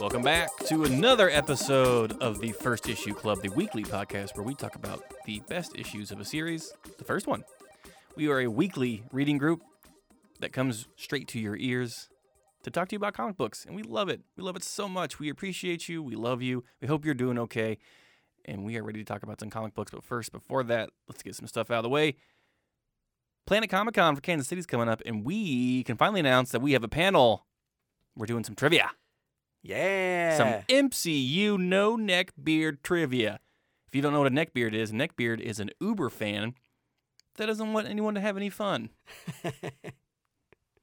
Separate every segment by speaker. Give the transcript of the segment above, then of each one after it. Speaker 1: Welcome back to another episode of the First Issue Club, the weekly podcast where we talk about the best issues of a series, the first one. We are a weekly reading group that comes straight to your ears to talk to you about comic books, and we love it. We love it so much. We appreciate you. We love you. We hope you're doing okay. And we are ready to talk about some comic books. But first, before that, let's get some stuff out of the way. Planet Comic Con for Kansas City's coming up, and we can finally announce that we have a panel. We're doing some trivia
Speaker 2: Yeah.
Speaker 1: some MCU no neck beard trivia. If you don't know what a neck beard is, a neck beard is an Uber fan that doesn't want anyone to have any fun.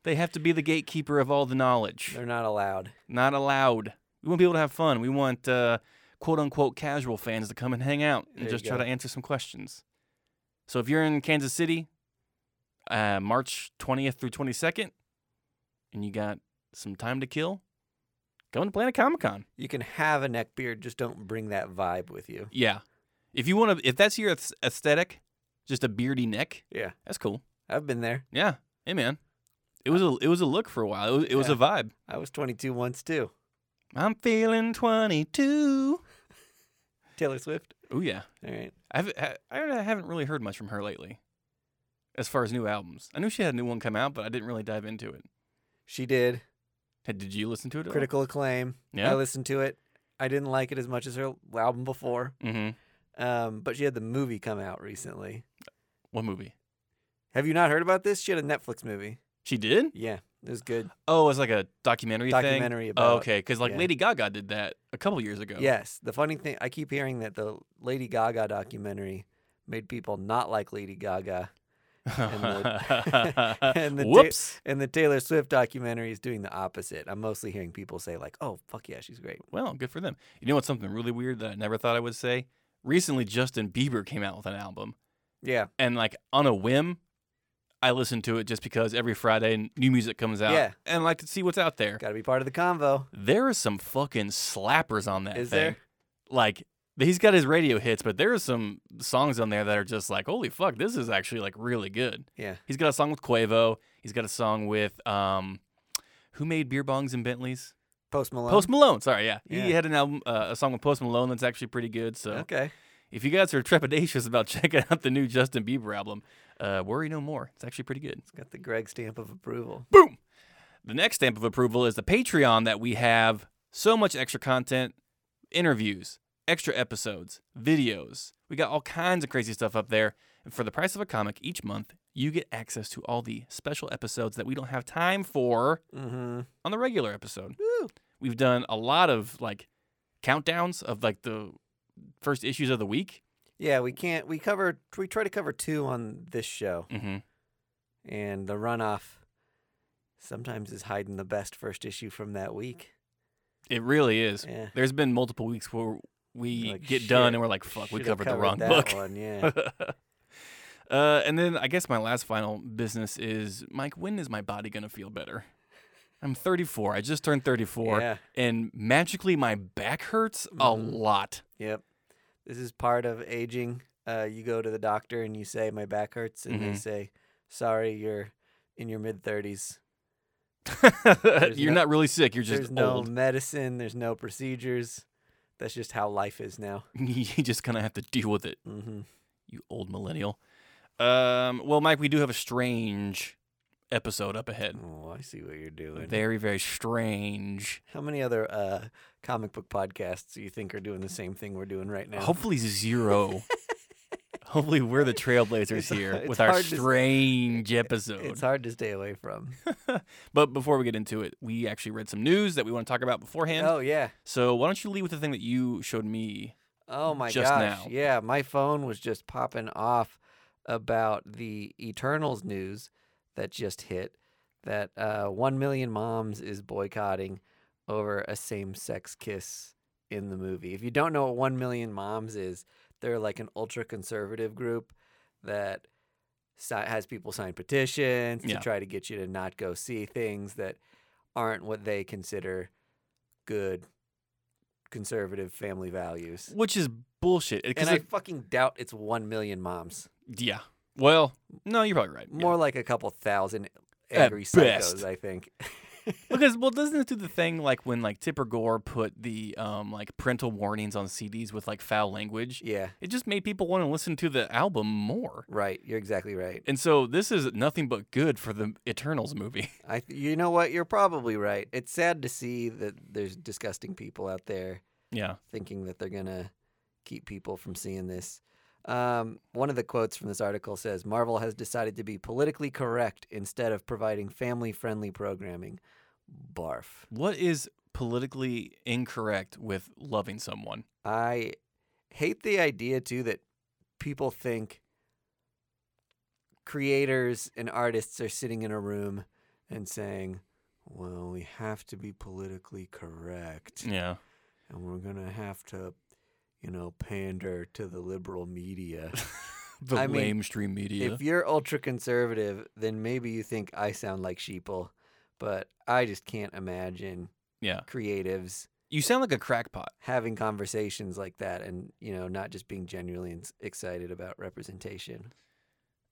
Speaker 1: they have to be the gatekeeper of all the knowledge.
Speaker 2: They're not allowed.
Speaker 1: Not allowed. We want people to have fun. We want uh, quote unquote casual fans to come and hang out and
Speaker 2: There you
Speaker 1: just try
Speaker 2: go.
Speaker 1: to answer some questions. So if you're in Kansas City, uh, March 20th through 22nd, and you got some time to kill, come to Planet Comic Con.
Speaker 2: You can have a neck beard, just don't bring that vibe with you.
Speaker 1: Yeah. If you want to, if that's your ath- aesthetic, just a beardy neck,
Speaker 2: Yeah.
Speaker 1: that's cool.
Speaker 2: I've been there.
Speaker 1: Yeah. Hey, man. It was a it was a look for a while. It was, it was a
Speaker 2: Yeah.
Speaker 1: vibe.
Speaker 2: I was 22 once too.
Speaker 1: I'm feeling 22.
Speaker 2: Taylor Swift.
Speaker 1: Oh yeah.
Speaker 2: All right.
Speaker 1: I've I, I don't know, I haven't really heard much from her lately, as far as new albums. I knew she had a new one come out, but I didn't really dive into it.
Speaker 2: She did.
Speaker 1: Had- Did you listen to it? At
Speaker 2: Critical acclaim.
Speaker 1: All? Yeah.
Speaker 2: I listened to it. I didn't like it as much as her album before.
Speaker 1: mm-hmm.
Speaker 2: Um, but she had the movie come out recently.
Speaker 1: What movie?
Speaker 2: Have you not heard about this? She had a Netflix movie.
Speaker 1: She did?
Speaker 2: Yeah. It was good.
Speaker 1: Oh, it's like a documentary, thing.
Speaker 2: Documentary
Speaker 1: Oh,
Speaker 2: about-
Speaker 1: okay, because like
Speaker 2: yeah.
Speaker 1: Lady Gaga did that a couple years ago.
Speaker 2: Yes. The funny thing, I keep hearing that the Lady Gaga documentary made people not like Lady Gaga. the- and the da-
Speaker 1: Whoops.
Speaker 2: And the Taylor Swift documentary is doing the opposite. I'm mostly hearing people say like, "Oh, fuck yeah, she's great."
Speaker 1: Well, good for them. You know what's something really weird that I never thought I would say? Recently, Justin Bieber came out with an album,
Speaker 2: Yeah,
Speaker 1: and like on a whim, I listened to it just because every Friday n- new music comes out,
Speaker 2: Yeah.
Speaker 1: and I like to see what's out there.
Speaker 2: got to be part of the convo.
Speaker 1: There are some fucking slappers on that
Speaker 2: Is
Speaker 1: thing.
Speaker 2: there?
Speaker 1: Like he's got his radio hits, but there are some songs on there that are just like, holy fuck, this is actually like really good.
Speaker 2: Yeah,
Speaker 1: He's got a song with Quavo. He's got a song with um, who made beer bongs and Bentleys?
Speaker 2: Post Malone.
Speaker 1: Post Malone. Sorry, yeah, he
Speaker 2: Yeah.
Speaker 1: had an album, uh, a song with Post Malone that's actually pretty good. So
Speaker 2: Okay,
Speaker 1: if you guys are trepidatious about checking out the new Justin Bieber album, uh, worry no more. It's actually pretty good.
Speaker 2: it's got the Greg stamp of approval.
Speaker 1: Boom. The next stamp of approval is the Patreon that we have. So much extra content, interviews, extra episodes, videos. We got all kinds of crazy stuff up there. And for the price of a comic each month, you get access to all the special episodes that we don't have time for
Speaker 2: Mm-hmm.
Speaker 1: on the regular episode
Speaker 2: Woo.
Speaker 1: we've done a lot of like countdowns of like the first issues of the week.
Speaker 2: Yeah, we can't. We cover. We try to cover two on this show,
Speaker 1: Mm-hmm.
Speaker 2: and the runoff sometimes is hiding the best first issue from that week.
Speaker 1: It really is.
Speaker 2: Yeah,
Speaker 1: There's been multiple weeks where we
Speaker 2: Like,
Speaker 1: get
Speaker 2: shit,
Speaker 1: done and we're like, "Fuck, we
Speaker 2: Should've
Speaker 1: covered, the wrong
Speaker 2: that
Speaker 1: book."
Speaker 2: One. Yeah,
Speaker 1: uh, and then I guess my last final business is, Mike, when is my body gonna feel better? I'm 34. I just turned 34,
Speaker 2: yeah,
Speaker 1: and magically my back hurts a
Speaker 2: Mhm.
Speaker 1: lot.
Speaker 2: yep. This is part of aging. Uh, you go to the doctor and you say, "My back hurts," and they
Speaker 1: Mhm.
Speaker 2: say, "Sorry, you're in your mid thirties.
Speaker 1: you're
Speaker 2: no-
Speaker 1: not really sick. You're
Speaker 2: There's
Speaker 1: just
Speaker 2: no
Speaker 1: old.
Speaker 2: medicine. There's no procedures. That's just how life is now."
Speaker 1: you just kind of have to deal with it.
Speaker 2: hmm
Speaker 1: you old millennial. Um, well, Mike, we do have a strange episode up ahead.
Speaker 2: Oh, I see what you're doing.
Speaker 1: Very, very strange.
Speaker 2: How many other uh, comic book podcasts do you think are doing the same thing we're doing right now?
Speaker 1: Hopefully zero. Hopefully we're the trailblazers
Speaker 2: It's-
Speaker 1: here
Speaker 2: it's
Speaker 1: with our
Speaker 2: hard to s-
Speaker 1: strange episode.
Speaker 2: it's hard to stay away from.
Speaker 1: but before we get into it, we actually read some news that we want to talk about beforehand.
Speaker 2: oh yeah.
Speaker 1: So why don't you lead with the thing that you showed me?
Speaker 2: Oh my
Speaker 1: just
Speaker 2: gosh.
Speaker 1: now.
Speaker 2: Yeah, my phone was just popping off about the Eternals news that just hit that uh, 1 million moms is boycotting over a same sex kiss in the movie. If you don't know what 1 million moms is, they're like an ultra conservative group that si- has people sign petitions
Speaker 1: Yeah.
Speaker 2: to try to get you to not go see things that aren't what they consider good conservative family values
Speaker 1: Which is bullshit. 'cause
Speaker 2: and I
Speaker 1: it-
Speaker 2: fucking doubt it's one million moms.
Speaker 1: yeah. Well, no, you're probably right. Yeah.
Speaker 2: More like a couple thousand
Speaker 1: At
Speaker 2: angry psychos,
Speaker 1: best.
Speaker 2: I think.
Speaker 1: because well, doesn't it do the thing like when like Tipper Gore put the um like parental warnings on CDs with like foul language?
Speaker 2: yeah,
Speaker 1: It just made people want to listen to the album more.
Speaker 2: right. You're exactly right.
Speaker 1: And so this is nothing but good for the Eternals movie.
Speaker 2: I, th- you know what? You're probably right. It's sad to see that there's disgusting people out there
Speaker 1: yeah.
Speaker 2: thinking that they're gonna keep people from seeing this. Um, one of the quotes from this article says Marvel has decided to be politically correct instead of providing family friendly programming. Barf.
Speaker 1: What is politically incorrect with loving someone?
Speaker 2: I hate the idea too that people think creators and artists are sitting in a room and saying, "Well, we have to be politically correct,
Speaker 1: Yeah.
Speaker 2: and we're gonna have to, you know, pander to the liberal media."
Speaker 1: The
Speaker 2: I mean,
Speaker 1: mainstream media.
Speaker 2: If you're ultra conservative, then maybe you think I sound like sheeple, but I just can't imagine
Speaker 1: yeah.
Speaker 2: creatives
Speaker 1: You sound like a crackpot.
Speaker 2: having conversations like that and, you know, not just being genuinely ins- excited about representation.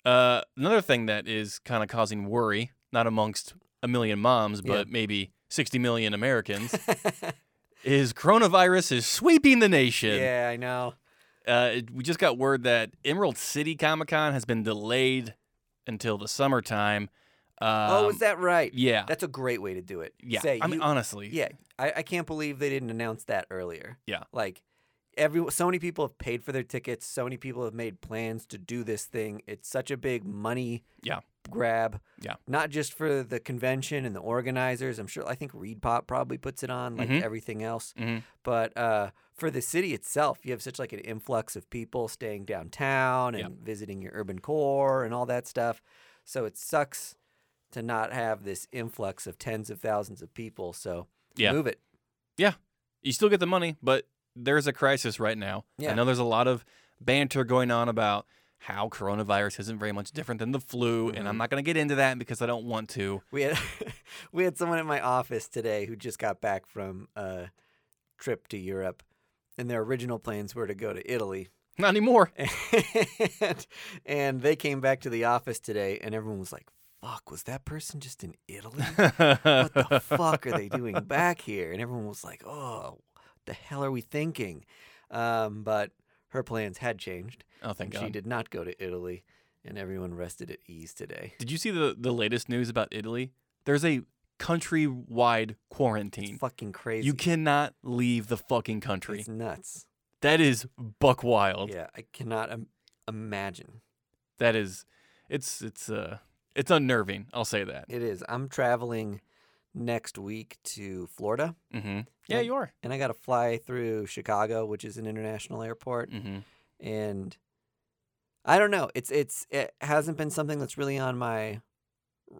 Speaker 1: Uh, another thing that is kind of causing worry, not amongst a million moms, but maybe 60 million Americans, is coronavirus is sweeping the nation.
Speaker 2: yeah, I know.
Speaker 1: Uh, it- we just got word that Emerald City Comic Con has been delayed until the summertime. Um,
Speaker 2: oh, is that right?
Speaker 1: yeah,
Speaker 2: That's a great way to do it.
Speaker 1: yeah.
Speaker 2: Say,
Speaker 1: I mean,
Speaker 2: you-
Speaker 1: honestly,
Speaker 2: yeah, I, I can't believe they didn't announce that earlier.
Speaker 1: Yeah.
Speaker 2: Like, every so many people have paid for their tickets. So many people have made plans to do this thing. It's such a big money
Speaker 1: Yeah.
Speaker 2: grab.
Speaker 1: Yeah.
Speaker 2: Not just for the convention and the organizers. I'm sure, I think Reed Pop probably puts it on, like
Speaker 1: Mhm.
Speaker 2: everything else.
Speaker 1: Mhm.
Speaker 2: But uh, for the city itself, you have such like an influx of people staying downtown and
Speaker 1: Yeah.
Speaker 2: visiting your urban core and all that stuff. So it sucks to not have this influx of tens of thousands of people. So
Speaker 1: Yeah.
Speaker 2: move it.
Speaker 1: you still get the money, but there's a crisis right now.
Speaker 2: Yeah.
Speaker 1: I know there's a lot of banter going on about how coronavirus isn't very much different than the flu, and I'm
Speaker 2: Mhm.
Speaker 1: not going to get into that because I don't want to.
Speaker 2: We had we had someone in my office today who just got back from a trip to Europe, and their original plans were to go to Italy.
Speaker 1: Not anymore.
Speaker 2: And, and they came back to the office today, and everyone was like, "Fuck, was that person just in Italy? What the fuck are they doing back here?" And everyone was like, "Oh, what the hell are we thinking?" Um, but her plans had changed,
Speaker 1: Oh, thank
Speaker 2: and
Speaker 1: God.
Speaker 2: she did not go to Italy, and everyone rested at ease today.
Speaker 1: Did you see the, the latest news about Italy? There's a countrywide quarantine.
Speaker 2: Fucking crazy.
Speaker 1: You cannot leave the fucking country.
Speaker 2: It's nuts.
Speaker 1: That is buck wild.
Speaker 2: Yeah, I cannot Im- imagine.
Speaker 1: That is, it's it's uh it's unnerving. I'll say that.
Speaker 2: It is. I'm traveling next week to Florida,
Speaker 1: Mm-hmm. Yeah,
Speaker 2: And-
Speaker 1: you are.
Speaker 2: and I got to fly through Chicago, which is an international airport,
Speaker 1: Mm-hmm.
Speaker 2: and I don't know. It's it's it hasn't been something that's really on my r-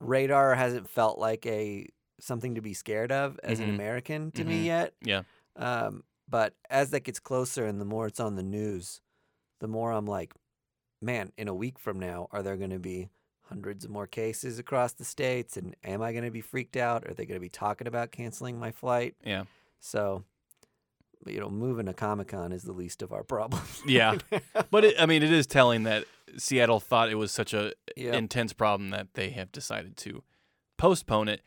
Speaker 2: radar. Or hasn't felt like a something to be scared of as an
Speaker 1: Mhm.
Speaker 2: American to
Speaker 1: Mhm.
Speaker 2: me yet.
Speaker 1: Yeah.
Speaker 2: Um, but as that gets closer and the more it's on the news, the more I'm like, man, in a week from now, are there going to be hundreds of more cases across the states? And am I going to be freaked out? Are they going to be talking about canceling my flight?
Speaker 1: Yeah.
Speaker 2: So, but, you know, moving to Comic Con is the least of our problems.
Speaker 1: Yeah. But it, I mean, it is telling that Seattle thought it was such a
Speaker 2: yeah.
Speaker 1: intense problem that they have decided to postpone it.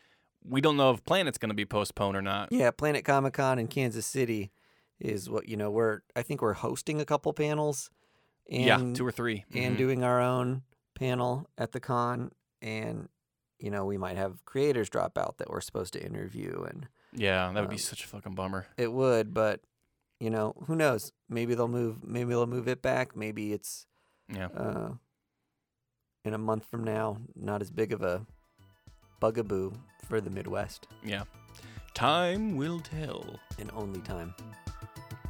Speaker 1: We don't know if Planet's going to be postponed or not.
Speaker 2: yeah. Planet Comic Con in Kansas City is what, you know, we're, I think we're hosting a couple panels. And
Speaker 1: yeah, two or 3
Speaker 2: and
Speaker 1: Mhm.
Speaker 2: doing our own panel at the con and you know we might have creators drop out that we're supposed to interview and
Speaker 1: yeah, that would
Speaker 2: um,
Speaker 1: be such a fucking bummer.
Speaker 2: it would but you know who knows maybe they'll move maybe they'll move it back maybe it's
Speaker 1: Yeah.
Speaker 2: uh, in a month from now not as big of a bugaboo for the midwest
Speaker 1: Yeah. Time will tell.
Speaker 2: and only time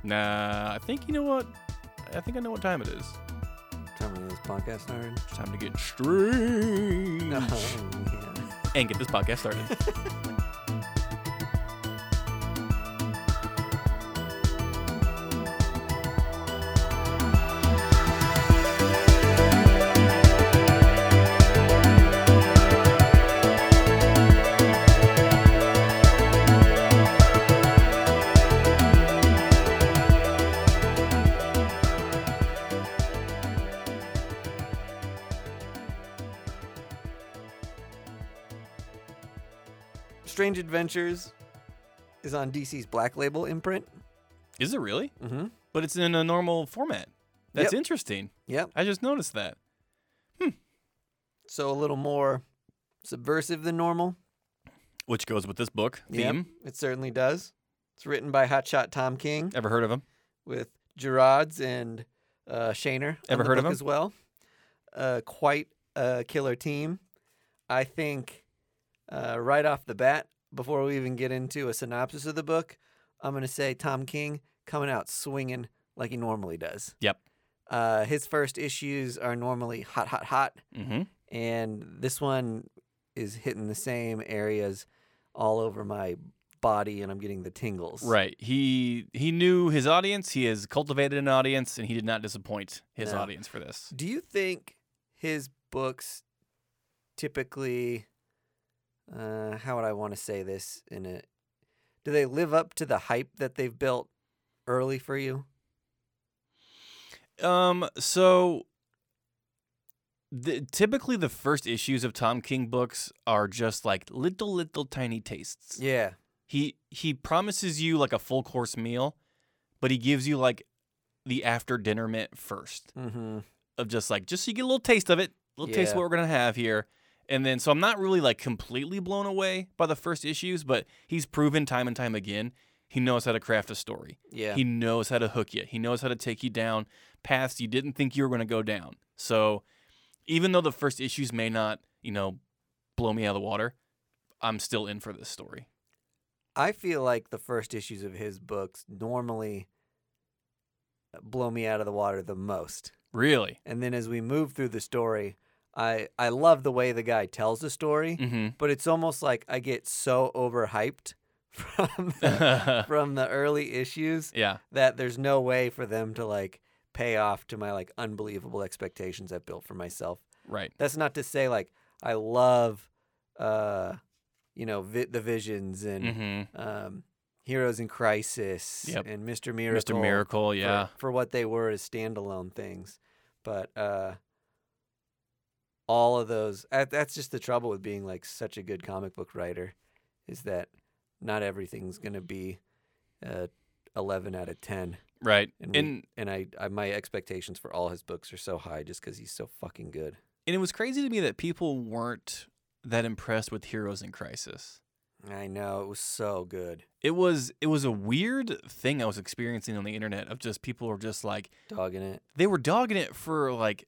Speaker 1: Nah, I think you know what? I think I know what time it is.
Speaker 2: time of this podcast started
Speaker 1: It's time to get strange
Speaker 2: no yeah.
Speaker 1: and get this podcast started.
Speaker 2: Strange Adventures is on DC's Black Label imprint.
Speaker 1: Is it really?
Speaker 2: Mm-hmm.
Speaker 1: But it's in a normal format. That's
Speaker 2: Yep.
Speaker 1: interesting.
Speaker 2: Yep.
Speaker 1: I just noticed that.
Speaker 2: So a little more subversive than normal.
Speaker 1: Which goes with this book
Speaker 2: Yep,
Speaker 1: theme.
Speaker 2: it certainly does. It's written by Hotshot Tom King
Speaker 1: Ever heard of him?
Speaker 2: with Gerards and uh, Shaner. on
Speaker 1: Ever
Speaker 2: the
Speaker 1: heard of
Speaker 2: book
Speaker 1: him?
Speaker 2: as well? Uh, quite a killer team. I think uh, right off the bat, before we even get into a synopsis of the book, I'm going to say Tom King coming out swinging like he normally does.
Speaker 1: Yep.
Speaker 2: Uh, his first issues are normally hot, hot, hot
Speaker 1: Mm-hmm.
Speaker 2: and this one is hitting the same areas all over my body and I'm getting the tingles.
Speaker 1: Right. He he knew his audience. He has cultivated an audience, and he did not disappoint his
Speaker 2: No.
Speaker 1: audience for this.
Speaker 2: Do you think his books typically uh how would I want to say this in a do they live up to the hype that they've built early for you?
Speaker 1: Um. So, the, typically, the first issues of Tom King books are just like little, little, tiny tastes.
Speaker 2: Yeah.
Speaker 1: He he promises you like a full course meal, but he gives you like the after dinner mint first.
Speaker 2: Mm-hmm.
Speaker 1: of just like just so you get a little taste of it, a little taste of
Speaker 2: Yeah.
Speaker 1: what we're gonna have here. And then so I'm not really like completely blown away by the first issues, but he's proven time and time again he knows how to craft a story.
Speaker 2: Yeah.
Speaker 1: He knows how to hook you. He knows how to take you down paths you didn't think you were gonna go down. So even though the first issues may not, you know, blow me out of the water, I'm still in for this story.
Speaker 2: I feel like the first issues of his books normally blow me out of the water the most.
Speaker 1: Really?
Speaker 2: And then as we move through the story, I I love the way the guy tells the story,
Speaker 1: Mm-hmm.
Speaker 2: but it's almost like I get so overhyped from the, from the early issues
Speaker 1: yeah.
Speaker 2: that there's no way for them to like pay off to my like unbelievable expectations I've built for myself.
Speaker 1: Right.
Speaker 2: That's not to say like I love uh you know vi- the visions and
Speaker 1: Mm-hmm.
Speaker 2: um Heroes in Crisis
Speaker 1: Yep.
Speaker 2: and Mr. Miracle
Speaker 1: Mr. Miracle,
Speaker 2: for-
Speaker 1: yeah.
Speaker 2: for, what they were as standalone things but uh all of those that- that's just the trouble with being like such a good comic book writer is that not everything's going to be uh 11 out of 10
Speaker 1: Right.
Speaker 2: And we-
Speaker 1: and
Speaker 2: and I, I my expectations for all his books are so high just cuz he's so fucking good
Speaker 1: And it was crazy to me that people weren't that impressed with Heroes in Crisis.
Speaker 2: i know it was so good
Speaker 1: It was it was a weird thing I was experiencing on the internet of just people were just like
Speaker 2: dogging it
Speaker 1: they were dogging it for like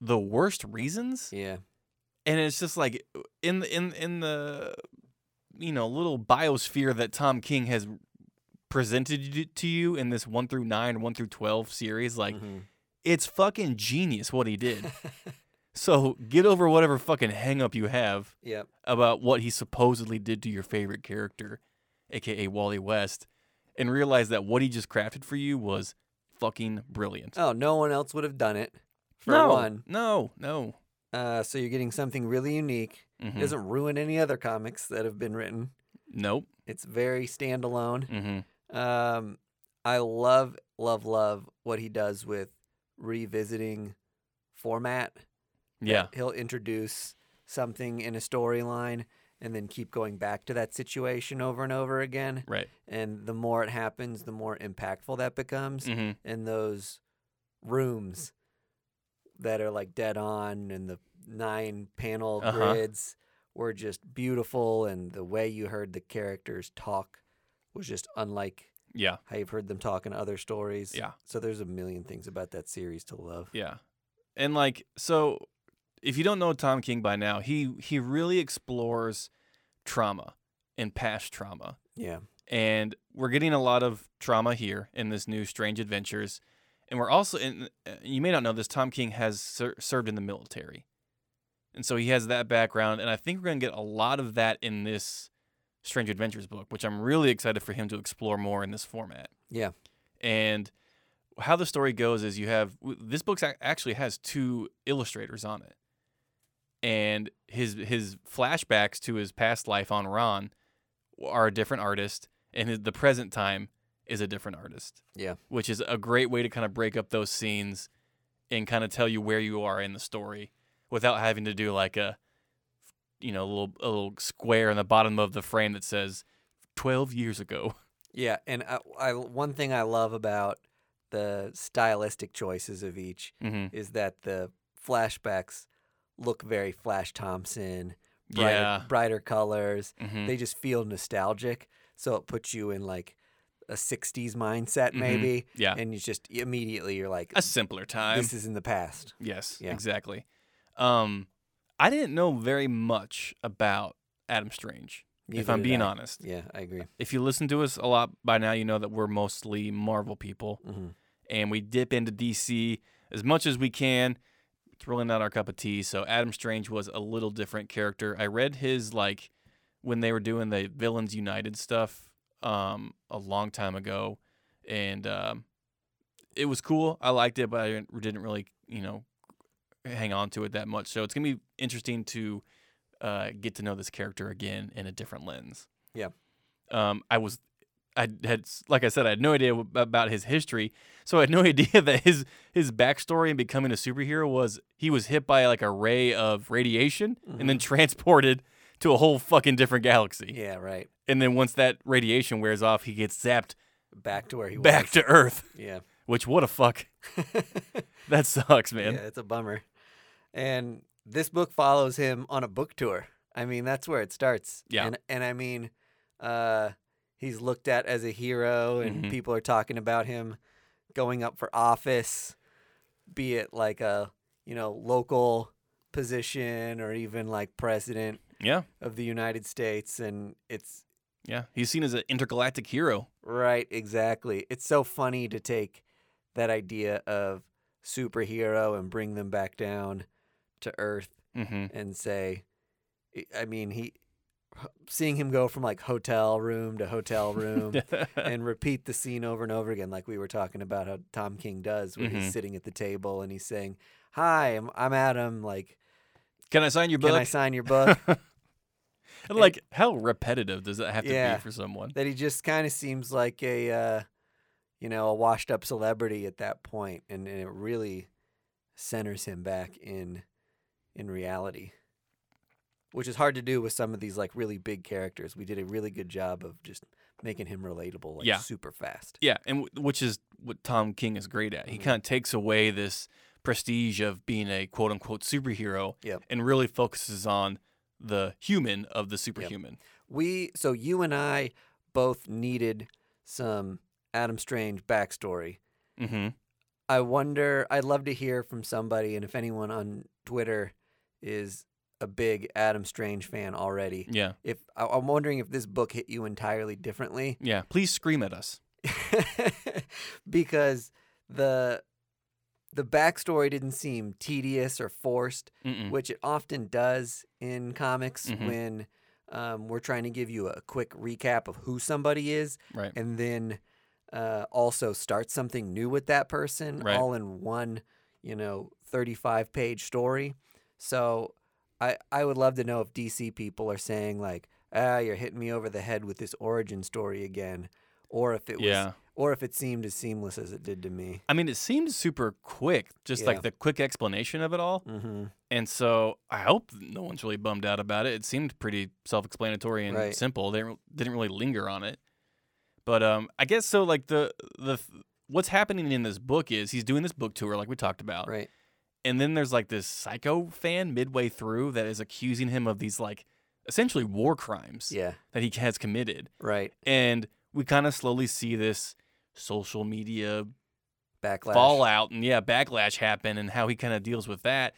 Speaker 1: the worst reasons,
Speaker 2: yeah
Speaker 1: and it's just like in the in in the you know little biosphere that Tom King has presented y- to you in this one through nine, one through twelve series, like
Speaker 2: Mhm.
Speaker 1: it's fucking genius what he did. so get over whatever fucking hang up you have
Speaker 2: yep
Speaker 1: about what he supposedly did to your favorite character, aka Wally West, and realize that what he just crafted for you was fucking brilliant.
Speaker 2: oh no one else would have done it for
Speaker 1: no,
Speaker 2: one
Speaker 1: no, no.
Speaker 2: uh so you're getting something really unique
Speaker 1: Mhm.
Speaker 2: It doesn't ruin any other comics that have been written.
Speaker 1: Nope.
Speaker 2: It's very standalone.
Speaker 1: Mm-hmm.
Speaker 2: Um, I love, love, love what he does with revisiting format.
Speaker 1: Yeah.
Speaker 2: He'll introduce something in a storyline and then keep going back to that situation over and over again.
Speaker 1: Right.
Speaker 2: And the more it happens, the more impactful that becomes.
Speaker 1: Mm-hmm.
Speaker 2: And those rooms
Speaker 1: Mm.
Speaker 2: that are like dead on and the nine panel
Speaker 1: Uh-huh.
Speaker 2: grids were just beautiful and the way you heard the characters talk was just unlike
Speaker 1: Yeah.
Speaker 2: how you've heard them talk in other stories.
Speaker 1: Yeah.
Speaker 2: So there's a million things about that series to love.
Speaker 1: Yeah. And like so if you don't know Tom King by now, he he really explores trauma and past trauma.
Speaker 2: Yeah.
Speaker 1: and we're getting a lot of trauma here in this new strange adventures and we're also in uh, you may not know this tom king has ser- served in the military and so he has that background and i think we're going to get a lot of that in this strange adventures book which i'm really excited for him to explore more in this format
Speaker 2: Yeah.
Speaker 1: and how the story goes is you have w- this book actually has two illustrators on it and his his flashbacks to his past life on ron are a different artist and his, the present time is a different artist
Speaker 2: Yeah.
Speaker 1: which is a great way to kind of break up those scenes and kind of tell you where you are in the story without having to do like a you know, a little a little square in the bottom of the frame that says 12 years ago.
Speaker 2: Yeah, and I, I one thing I love about the stylistic choices of each
Speaker 1: Mm-hmm.
Speaker 2: is that the flashbacks look very Flash Thompson, brighter,
Speaker 1: Yeah.
Speaker 2: brighter colors.
Speaker 1: Mm-hmm.
Speaker 2: They just feel nostalgic, so it puts you in like a '60s mindset maybe,
Speaker 1: Mm-hmm. Yeah.
Speaker 2: and you just immediately you're like,
Speaker 1: a simpler time.
Speaker 2: "This is in the past."
Speaker 1: Yes,
Speaker 2: Yeah.
Speaker 1: exactly. Um, I didn't know very much about Adam Strange, if
Speaker 2: Neither
Speaker 1: I'm
Speaker 2: did
Speaker 1: being
Speaker 2: I.
Speaker 1: honest.
Speaker 2: Yeah, I agree.
Speaker 1: If you listen to us a lot by now, you know that we're mostly Marvel people
Speaker 2: hmm
Speaker 1: and we dip into DC as much as we can. It's really not our cup of tea. So Adam Strange was a little different character. I read his like when they were doing the Villains United stuff um, a long time ago, and um, it was cool. I liked it, but I didn't- didn't really you know hang on to it that much. So it's gonna be interesting to uh, get to know this character again in a different lens.
Speaker 2: Yeah.
Speaker 1: Um, I was. I had, like I said, I had no idea about his history, so I had no idea that his his backstory in becoming a superhero was he was hit by like a ray of radiation and then transported to a whole fucking different galaxy.
Speaker 2: Yeah, right.
Speaker 1: And then once that radiation wears off, he gets zapped
Speaker 2: Back to where he
Speaker 1: back
Speaker 2: was.
Speaker 1: to Earth.
Speaker 2: Yeah.
Speaker 1: Which what a fuck. That sucks, man.
Speaker 2: Yeah, it's a bummer. And this book follows him on a book tour. I mean, that's where it starts.
Speaker 1: Yeah.
Speaker 2: And and I mean, uh, he's looked at as a hero, and
Speaker 1: Mhm.
Speaker 2: people are talking about him going up for office, be it like a you know local position or even like president
Speaker 1: Yeah.
Speaker 2: of the United States. And it's
Speaker 1: Yeah. He's seen as an intergalactic hero.
Speaker 2: Right, exactly. It's so funny to take that idea of superhero and bring them back down to earth
Speaker 1: Mm-hmm.
Speaker 2: and say I- I mean, he seeing him go from like hotel room to hotel room and repeat the scene over and over again like we were talking about how Tom King does when
Speaker 1: Mhm.
Speaker 2: he's sitting at the table and he's saying, "Hi, I'm, I'm Adam, like
Speaker 1: Can I sign your
Speaker 2: can I
Speaker 1: book?
Speaker 2: sign your book?"
Speaker 1: And, like, how repetitive does that have to
Speaker 2: Yeah.
Speaker 1: be for someone?
Speaker 2: that he just kind of seems like a uh, you know a washed up celebrity at that point and, and it really centers him back in in reality which is hard to do with some of these like really big characters we did a really good job of just making him relatable like
Speaker 1: Yeah.
Speaker 2: super fast
Speaker 1: Yeah, and w- which is what Tom King is great at. He
Speaker 2: Mhm.
Speaker 1: kind of takes away this prestige of being a quote unquote superhero
Speaker 2: Yep.
Speaker 1: and really focuses on the human of the superhuman.
Speaker 2: we so you and i both needed some adam strange backstory
Speaker 1: Mm-hmm.
Speaker 2: I wonder. I'd love to hear from somebody, and if anyone on Twitter is a big Adam Strange fan already,
Speaker 1: Yeah.
Speaker 2: if I- I'm wondering if this book hit you entirely differently,
Speaker 1: Yeah. Please scream at us.
Speaker 2: because the the backstory didn't seem tedious or forced,
Speaker 1: Mm-mm.
Speaker 2: which it often does in comics
Speaker 1: Mhm.
Speaker 2: when um, we're trying to give you a quick recap of who somebody is
Speaker 1: Right.
Speaker 2: and then uh, also start something new with that person
Speaker 1: Right.
Speaker 2: all in one, you know, 35 page story. So I, I would love to know if DC people are saying, like, ah, you're hitting me over the head with this origin story again, or if it was,
Speaker 1: Yeah.
Speaker 2: or if it seemed as seamless as it did to me.
Speaker 1: I mean, it seemed super quick, just
Speaker 2: Yeah.
Speaker 1: like the quick explanation of it all.
Speaker 2: Mm-hmm.
Speaker 1: And so I hope no one's really bummed out about it. It seemed pretty self-explanatory and
Speaker 2: Right.
Speaker 1: simple. They didn't- didn't really linger on it. But um, I guess so. Like the the what's happening in this book is he's doing this book tour, like we talked about,
Speaker 2: Right.
Speaker 1: and then there's like this psycho fan midway through that is accusing him of these like essentially war crimes
Speaker 2: Yeah.
Speaker 1: that he has committed,
Speaker 2: Right.
Speaker 1: and we kind of slowly see this social media
Speaker 2: Backlash.
Speaker 1: fallout and yeah, backlash happen and how he kind of deals with that.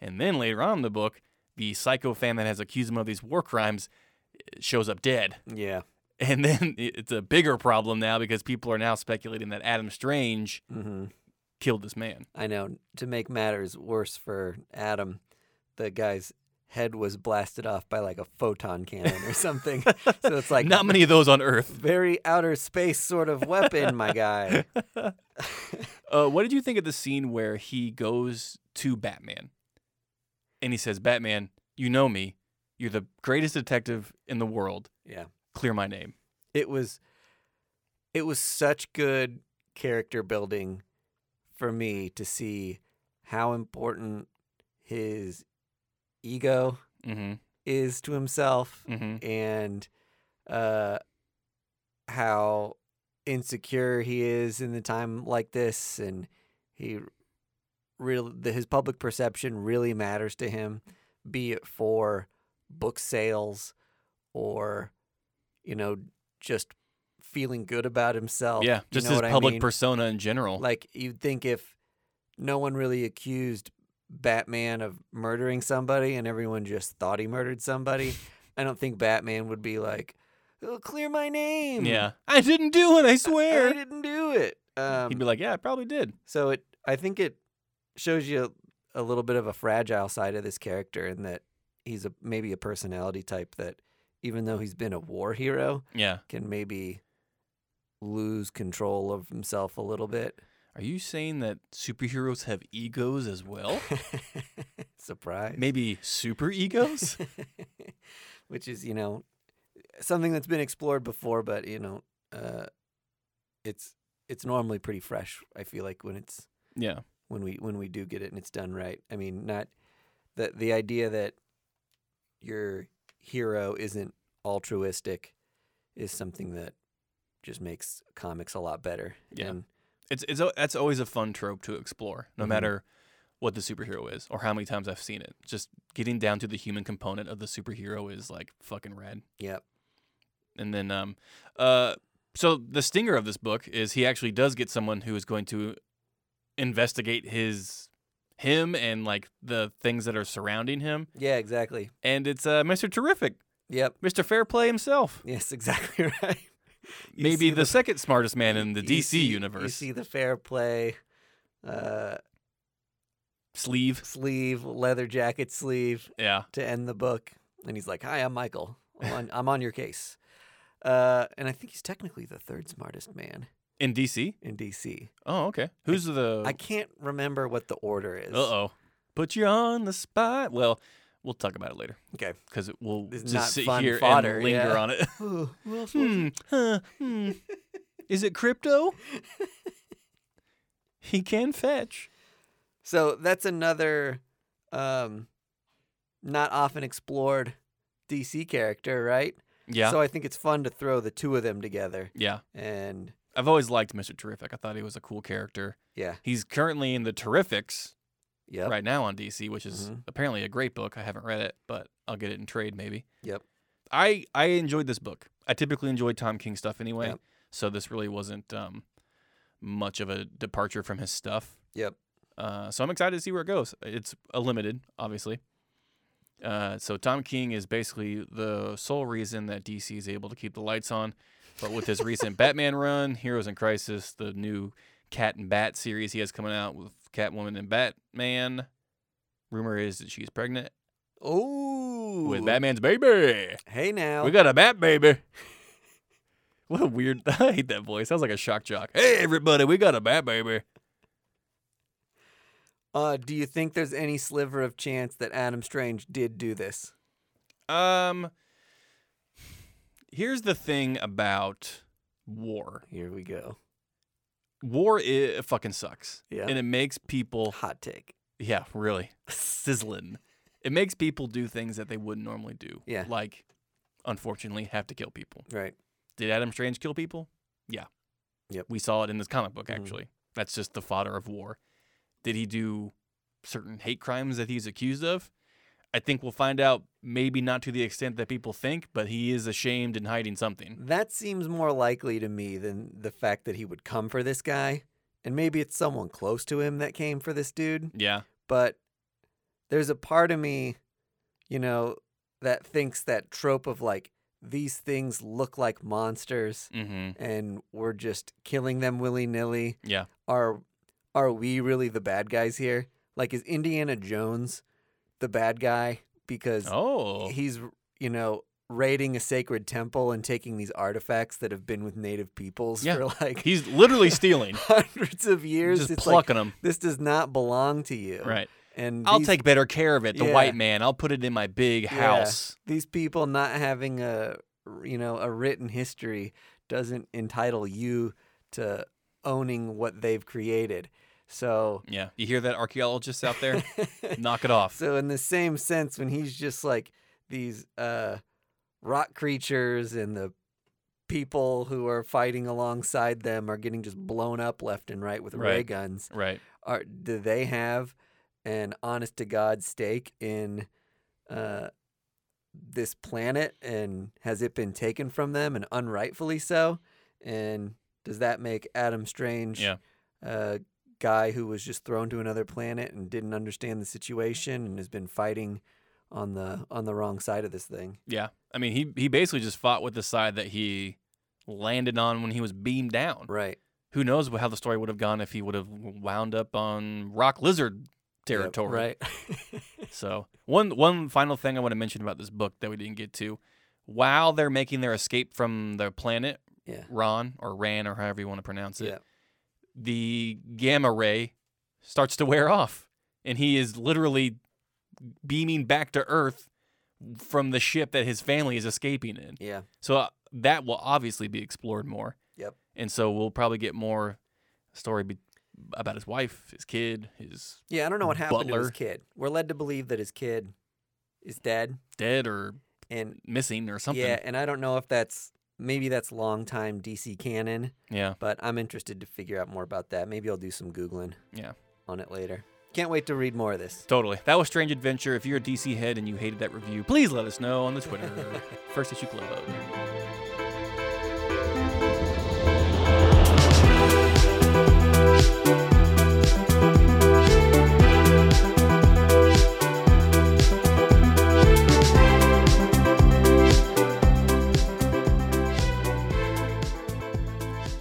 Speaker 1: And then later on in the book, the psycho fan that has accused him of these war crimes eh, shows up dead.
Speaker 2: Yeah.
Speaker 1: And then it- it's a bigger problem now because people are now speculating that Adam Strange
Speaker 2: Mm-hmm.
Speaker 1: killed this man.
Speaker 2: I know. To make matters worse for Adam, the guy's head was blasted off by like a photon cannon or something. so it's like
Speaker 1: Not many of those on Earth.
Speaker 2: very outer space sort of weapon, my guy.
Speaker 1: Uh, what did you think of the scene where he goes to Batman and he says, Batman, you know me. You're the greatest detective in the world.
Speaker 2: Yeah.
Speaker 1: Clear my name.
Speaker 2: It was it was such good character building for me to see how important his ego
Speaker 1: Mm-hmm.
Speaker 2: is to himself
Speaker 1: hmm
Speaker 2: and uh, how insecure he is in the time like this, and he really the, his public perception really matters to him, be it for book sales or you know just feeling good about himself.
Speaker 1: Yeah,
Speaker 2: You
Speaker 1: just
Speaker 2: know
Speaker 1: his
Speaker 2: what I
Speaker 1: public
Speaker 2: mean?
Speaker 1: persona in general.
Speaker 2: Like you'd think if no one really accused Batman of murdering somebody and everyone just thought he murdered somebody, I don't think Batman would be like, oh, "Clear my name."
Speaker 1: yeah, I didn't do it. hmm. I
Speaker 2: I
Speaker 1: swear.
Speaker 2: didn't do it.
Speaker 1: He'd
Speaker 2: Um,
Speaker 1: be like, yeah, I probably did.
Speaker 2: so it, I think it shows you a little bit of a fragile side of this character, in that he's a maybe a personality type that, even though he's been a war hero,
Speaker 1: Yeah.
Speaker 2: can maybe lose control of himself a little bit.
Speaker 1: Are you saying that superheroes have egos as well?
Speaker 2: Surprise.
Speaker 1: Maybe super egos?
Speaker 2: which is you know something that's been explored before but you know uh it's it's normally pretty fresh i feel like when it's
Speaker 1: yeah.
Speaker 2: when we when we do get it and it's done right i mean not the the idea that your hero isn't altruistic is something that just makes comics a lot better
Speaker 1: Yeah.
Speaker 2: and
Speaker 1: It's it's al- that's always a fun trope to explore, no
Speaker 2: Mhm.
Speaker 1: matter what the superhero is or how many times I've seen it. Just getting down to the human component of the superhero is like fucking rad.
Speaker 2: yeah
Speaker 1: And then um uh so the stinger of this book is he actually does get someone who is going to investigate his him and like the things that are surrounding him
Speaker 2: yeah exactly
Speaker 1: and it's uh Mr. Terrific,
Speaker 2: yep
Speaker 1: Mr. Fairplay himself.
Speaker 2: yes exactly right You
Speaker 1: Maybe
Speaker 2: see
Speaker 1: the, second smartest man in the
Speaker 2: you
Speaker 1: DC
Speaker 2: see- You
Speaker 1: universe.
Speaker 2: see the fair play uh,
Speaker 1: Sleeve.
Speaker 2: sleeve, leather jacket sleeve
Speaker 1: Yeah.
Speaker 2: to end the book, and he's like, "Hi, I'm Michael. I'm on, I'm on your case." Uh, and I think he's technically the third smartest man
Speaker 1: In DC?
Speaker 2: in DC.
Speaker 1: Oh, okay. Who's the
Speaker 2: I can't remember what the order is.
Speaker 1: Uh oh. Put you on the spot. Well, we'll talk about it later
Speaker 2: Okay.
Speaker 1: because we'll
Speaker 2: This is not
Speaker 1: just sit
Speaker 2: fun
Speaker 1: here
Speaker 2: fodder,
Speaker 1: and linger
Speaker 2: yeah.
Speaker 1: on it.
Speaker 2: Who who else was
Speaker 1: hmm.
Speaker 2: it?
Speaker 1: huh, hmm. Is it crypto? he can fetch.
Speaker 2: So that's another um, not often explored DC character, right?
Speaker 1: Yeah.
Speaker 2: So I think it's fun to throw the two of them together,
Speaker 1: yeah.
Speaker 2: and
Speaker 1: I've always liked Mr. Terrific. I thought he was a cool character.
Speaker 2: yeah,
Speaker 1: He's currently in the Terrifics
Speaker 2: yep.
Speaker 1: right now on DC, which is
Speaker 2: Mhm.
Speaker 1: apparently a great book. I haven't read it, but I'll get it in trade maybe.
Speaker 2: Yep.
Speaker 1: I I enjoyed this book. I typically enjoyed Tom King stuff anyway,
Speaker 2: Yep.
Speaker 1: so this really wasn't um, much of a departure from his stuff.
Speaker 2: Yep.
Speaker 1: Uh, so I'm excited to see where it goes. It's a limited, obviously. Uh, so Tom King is basically the sole reason that DC is able to keep the lights on, but with his recent Batman run, Heroes in Crisis, the new Cat and Bat series he has coming out with Catwoman and Batman. Rumor is that she's pregnant
Speaker 2: Oh,
Speaker 1: with Batman's baby.
Speaker 2: Hey now.
Speaker 1: We got a bat baby. What a weird. I hate that voice. Sounds like a shock jock. Hey, everybody, we got a bat baby.
Speaker 2: uh, do you think there's any sliver of chance that Adam Strange did do this?
Speaker 1: Um, here's the thing about war.
Speaker 2: Here we go.
Speaker 1: War i fucking sucks.
Speaker 2: Yeah.
Speaker 1: and it makes people.
Speaker 2: Hot take.
Speaker 1: Yeah, really sizzling. It makes people do things that they wouldn't normally do.
Speaker 2: Yeah.
Speaker 1: like unfortunately, have to kill people.
Speaker 2: Right.
Speaker 1: Did Adam Strange kill people? Yeah.
Speaker 2: Yep.
Speaker 1: We saw it in this comic book,
Speaker 2: Mhm.
Speaker 1: actually. That's just the fodder of war. Did he do certain hate crimes that he's accused of? I think we'll find out, maybe not to the extent that people think, but he is ashamed and hiding something.
Speaker 2: That seems more likely to me than the fact that he would come for this guy. And maybe it's someone close to him that came for this dude.
Speaker 1: Yeah.
Speaker 2: But there's a part of me, you know, that thinks that trope of like, these things look like monsters
Speaker 1: Mm-hmm.
Speaker 2: and we're just killing them willy nilly.
Speaker 1: Yeah.
Speaker 2: are are we really the bad guys here? Like is Indiana Jones the bad guy because
Speaker 1: Oh.
Speaker 2: he's you know raiding a sacred temple and taking these artifacts that have been with native peoples
Speaker 1: Yeah.
Speaker 2: for like
Speaker 1: He's literally stealing,
Speaker 2: hundreds of years.
Speaker 1: just
Speaker 2: it's like
Speaker 1: plucking them.
Speaker 2: this does not belong to you.
Speaker 1: Right.
Speaker 2: And
Speaker 1: I'll
Speaker 2: these,
Speaker 1: take better care of it, the
Speaker 2: Yeah.
Speaker 1: white man. I'll put it in my big house.
Speaker 2: these people not having a you know a written history doesn't entitle you to owning what they've created. So
Speaker 1: Yeah. You hear that, archaeologists out there? Knock it off.
Speaker 2: So in the same sense, when he's just like, these uh, rock creatures and the people who are fighting alongside them are getting just blown up left and right with ray
Speaker 1: Right.
Speaker 2: guns.
Speaker 1: Right.
Speaker 2: Are do they have an honest to god stake in uh, this planet, and has it been taken from them, and unrightfully so? And does that make Adam Strange?
Speaker 1: Yeah.
Speaker 2: a guy who was just thrown to another planet and didn't understand the situation and has been fighting on the on the wrong side of this thing.
Speaker 1: Yeah. I mean, he he basically just fought with the side that he landed on when he was beamed down.
Speaker 2: Right.
Speaker 1: Who knows how the story would have gone if he would have wound up on rock lizard territory.
Speaker 2: right.
Speaker 1: So one one final thing I want to mention about this book that we didn't get to, while they're making their escape from the planet,
Speaker 2: yeah.
Speaker 1: Ron or Ran or however you want to pronounce it,
Speaker 2: Yeah.
Speaker 1: the gamma ray starts to wear off, and he is literally beaming back to Earth from the ship that his family is escaping in.
Speaker 2: Yeah.
Speaker 1: So uh, that will obviously be explored more.
Speaker 2: Yep.
Speaker 1: And so we'll probably get more story be- about his wife, his kid, his
Speaker 2: Yeah. I don't know what happened to
Speaker 1: Butler.
Speaker 2: his kid. We're led to believe that his kid is dead,
Speaker 1: dead or
Speaker 2: and
Speaker 1: missing or something.
Speaker 2: yeah, and I don't know if that's maybe that's long time DC canon,
Speaker 1: Yeah.
Speaker 2: but I'm interested to figure out more about that. Maybe I'll do some googling.
Speaker 1: Yeah.
Speaker 2: On it later. Can't wait to read more of this.
Speaker 1: Totally. That was Strange Adventure. If you're a DC head and you hated that review, please let us know on the Twitter. First issue club.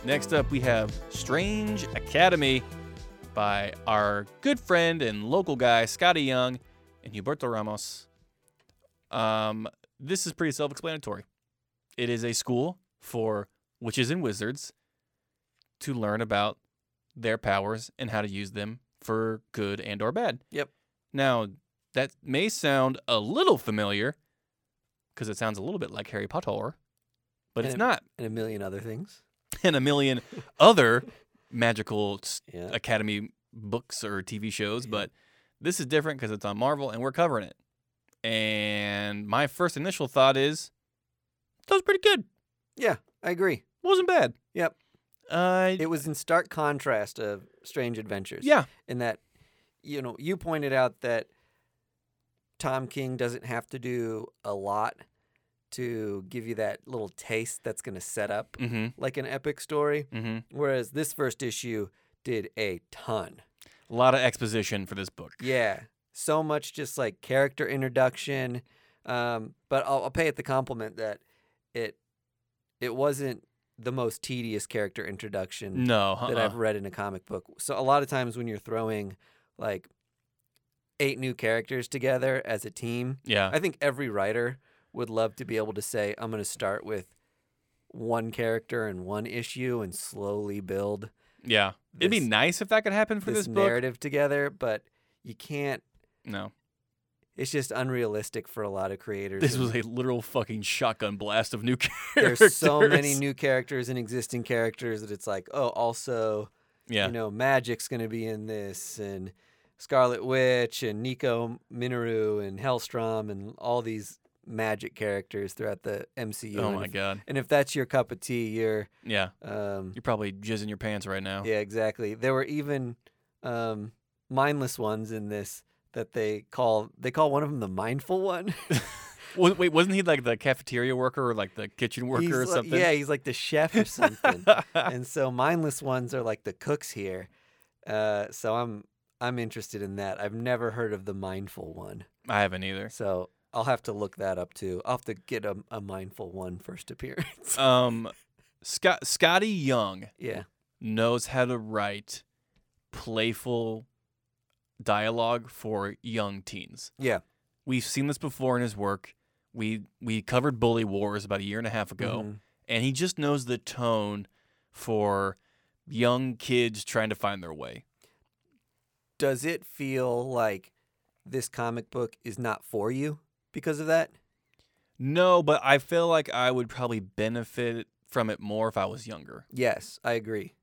Speaker 1: Next up, we have Strange Academy by our good friend and local guy Scotty Young and Huberto Ramos. Um, this is pretty self-explanatory. It is a school for witches and wizards to learn about their powers and how to use them for good and or bad.
Speaker 2: Yep.
Speaker 1: Now, that may sound a little familiar because it sounds a little bit like Harry Potter, but it's
Speaker 2: And-
Speaker 1: not.
Speaker 2: And a million other things.
Speaker 1: And a million other magical s-
Speaker 2: Yeah.
Speaker 1: Academy books or TV shows, but this is different because it's on Marvel and we're covering it. And my first initial thought is that was pretty good.
Speaker 2: Yeah, I agree.
Speaker 1: Wasn't bad.
Speaker 2: Yep.
Speaker 1: Uh,
Speaker 2: It was in stark contrast of Strange Adventures.
Speaker 1: yeah.
Speaker 2: In that, you know, you pointed out that Tom King doesn't have to do a lot to give you that little taste that's going to set up
Speaker 1: Mm-hmm.
Speaker 2: like an epic story.
Speaker 1: Mm-hmm.
Speaker 2: Whereas this first issue did a ton.
Speaker 1: A lot of exposition for this book.
Speaker 2: Yeah. So much just like character introduction. Um, but I'll, I'll pay it the compliment that it it wasn't the most tedious character introduction
Speaker 1: No. Uh-uh.
Speaker 2: that I've read in a comic book. So a lot of times when you're throwing like eight new characters together as a team,
Speaker 1: yeah.
Speaker 2: I think every writer would love to be able to say, I'm going to start with one character and one issue and slowly build
Speaker 1: Yeah. It'd be
Speaker 2: this-
Speaker 1: nice if that could happen for
Speaker 2: this,
Speaker 1: this, book.
Speaker 2: narrative together, but you can't.
Speaker 1: No.
Speaker 2: It's just unrealistic for a lot of creators.
Speaker 1: This
Speaker 2: and
Speaker 1: was a literal fucking shotgun blast of new characters.
Speaker 2: there's so many new characters and existing characters that it's like, oh, also
Speaker 1: Yeah.
Speaker 2: you know, magic's going to be in this, and Scarlet Witch, and Nico Minoru, and Hellstrom, and all these magic characters throughout the MCU.
Speaker 1: oh
Speaker 2: and
Speaker 1: my
Speaker 2: if,
Speaker 1: god.
Speaker 2: And if that's your cup of tea, you're,
Speaker 1: Yeah.
Speaker 2: um,
Speaker 1: You're probably jizzing your pants right now.
Speaker 2: yeah, exactly. There were even um, mindless ones in this that they call they call one of them the mindful one.
Speaker 1: Wa- Wait, wasn't he like the cafeteria worker or like the kitchen worker
Speaker 2: He's
Speaker 1: or
Speaker 2: like-
Speaker 1: something?
Speaker 2: yeah, he's like the chef or something. and so mindless ones are like the cooks here. Uh, so I'm I'm interested in that. I've never heard of the mindful one,
Speaker 1: I haven't either.
Speaker 2: so I'll have to look that up too. I'll have to get a, a mindful one first appearance.
Speaker 1: Um, Scott Scotty Young
Speaker 2: yeah,
Speaker 1: knows how to write playful dialogue for young teens.
Speaker 2: yeah,
Speaker 1: We've seen this before in his work. We we covered Bully Wars about a year and a half ago,
Speaker 2: mhm,
Speaker 1: and he just knows the tone for young kids trying to find their way.
Speaker 2: Does it feel like this comic book is not for you because of that?
Speaker 1: No, but I feel like I would probably benefit from it more if I was younger.
Speaker 2: Yes, I agree.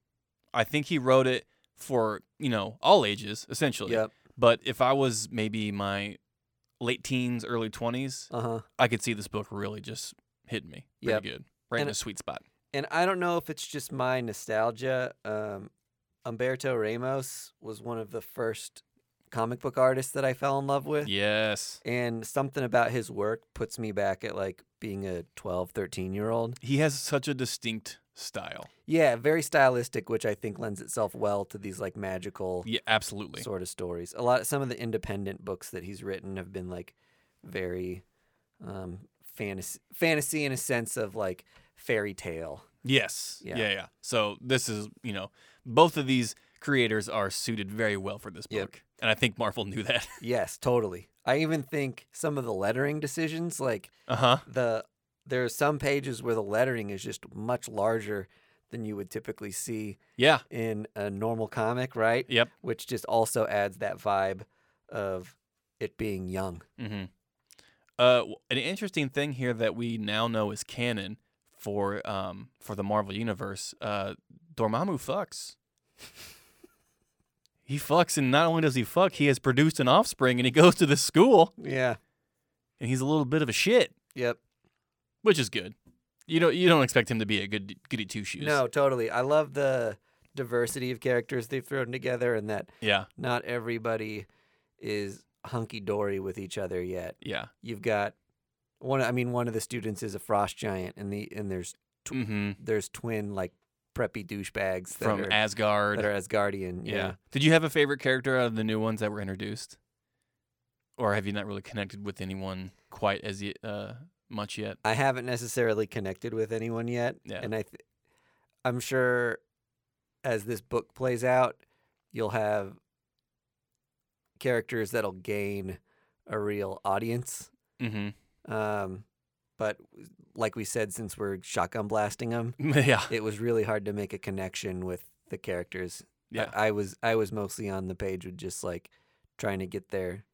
Speaker 1: I think he wrote it for you know all ages essentially.
Speaker 2: Yep.
Speaker 1: But if I was maybe my late teens, early 20s,
Speaker 2: Uh huh.
Speaker 1: I could see this book really just hitting me pretty
Speaker 2: Yep.
Speaker 1: good. Right in
Speaker 2: And-
Speaker 1: the sweet spot.
Speaker 2: And I don't know if it's just my nostalgia. Um, Umberto Ramos was one of the first comic book artists that I fell in love with.
Speaker 1: Yes.
Speaker 2: And something about his work puts me back at like being a 12, 13 year old.
Speaker 1: He has such a distinct style.
Speaker 2: Yeah, very stylistic, which I think lends itself well to these like magical
Speaker 1: Yeah, absolutely.
Speaker 2: sort of stories. A lot some of the independent books that he's written have been like very um fantasy fantasy in a sense of like fairy tale.
Speaker 1: Yes.
Speaker 2: Yeah.
Speaker 1: Yeah. yeah, So this is, you know, both of these creators are suited very well for this book.
Speaker 2: Yep.
Speaker 1: And I think Marvel knew that.
Speaker 2: Yes, totally. I even think some of the lettering decisions like
Speaker 1: uh-huh.
Speaker 2: the there are some pages where the lettering is just much larger than you would typically see
Speaker 1: Yeah.
Speaker 2: in a normal comic, right?
Speaker 1: Yep.
Speaker 2: Which just also adds that vibe of it being young.
Speaker 1: Mm-hmm. Uh, w- an interesting thing here that we now know is canon for um for the Marvel universe. Uh, Dormammu fucks. he fucks, and not only does he fuck, he has produced an offspring, and he goes to this school,
Speaker 2: Yeah.
Speaker 1: and he's a little bit of a shit,
Speaker 2: Yep.
Speaker 1: which is good. You don't you don't expect him to be a good goody two shoes.
Speaker 2: No, totally. I love the diversity of characters they've thrown together and that
Speaker 1: Yeah.
Speaker 2: not everybody is hunky dory with each other yet.
Speaker 1: Yeah.
Speaker 2: You've got one I mean one of the students is a frost giant and the and there's
Speaker 1: Mm-hmm.
Speaker 2: there's twin like preppy douchebags that
Speaker 1: From
Speaker 2: are
Speaker 1: Asgard.
Speaker 2: that are Asgardian.
Speaker 1: yeah. Did you have a favorite character out of the new ones that were introduced, or have you not really connected with anyone quite as yet, uh, much yet?
Speaker 2: I haven't necessarily connected with anyone yet,
Speaker 1: Yeah.
Speaker 2: and I, th- I'm sure, as this book plays out, you'll have characters that'll gain a real audience.
Speaker 1: Mm-hmm.
Speaker 2: Um, but like we said, since we're shotgun blasting them,
Speaker 1: yeah,
Speaker 2: it was really hard to make a connection with the characters. I-
Speaker 1: yeah,
Speaker 2: I, was I was mostly on the page with just like trying to get their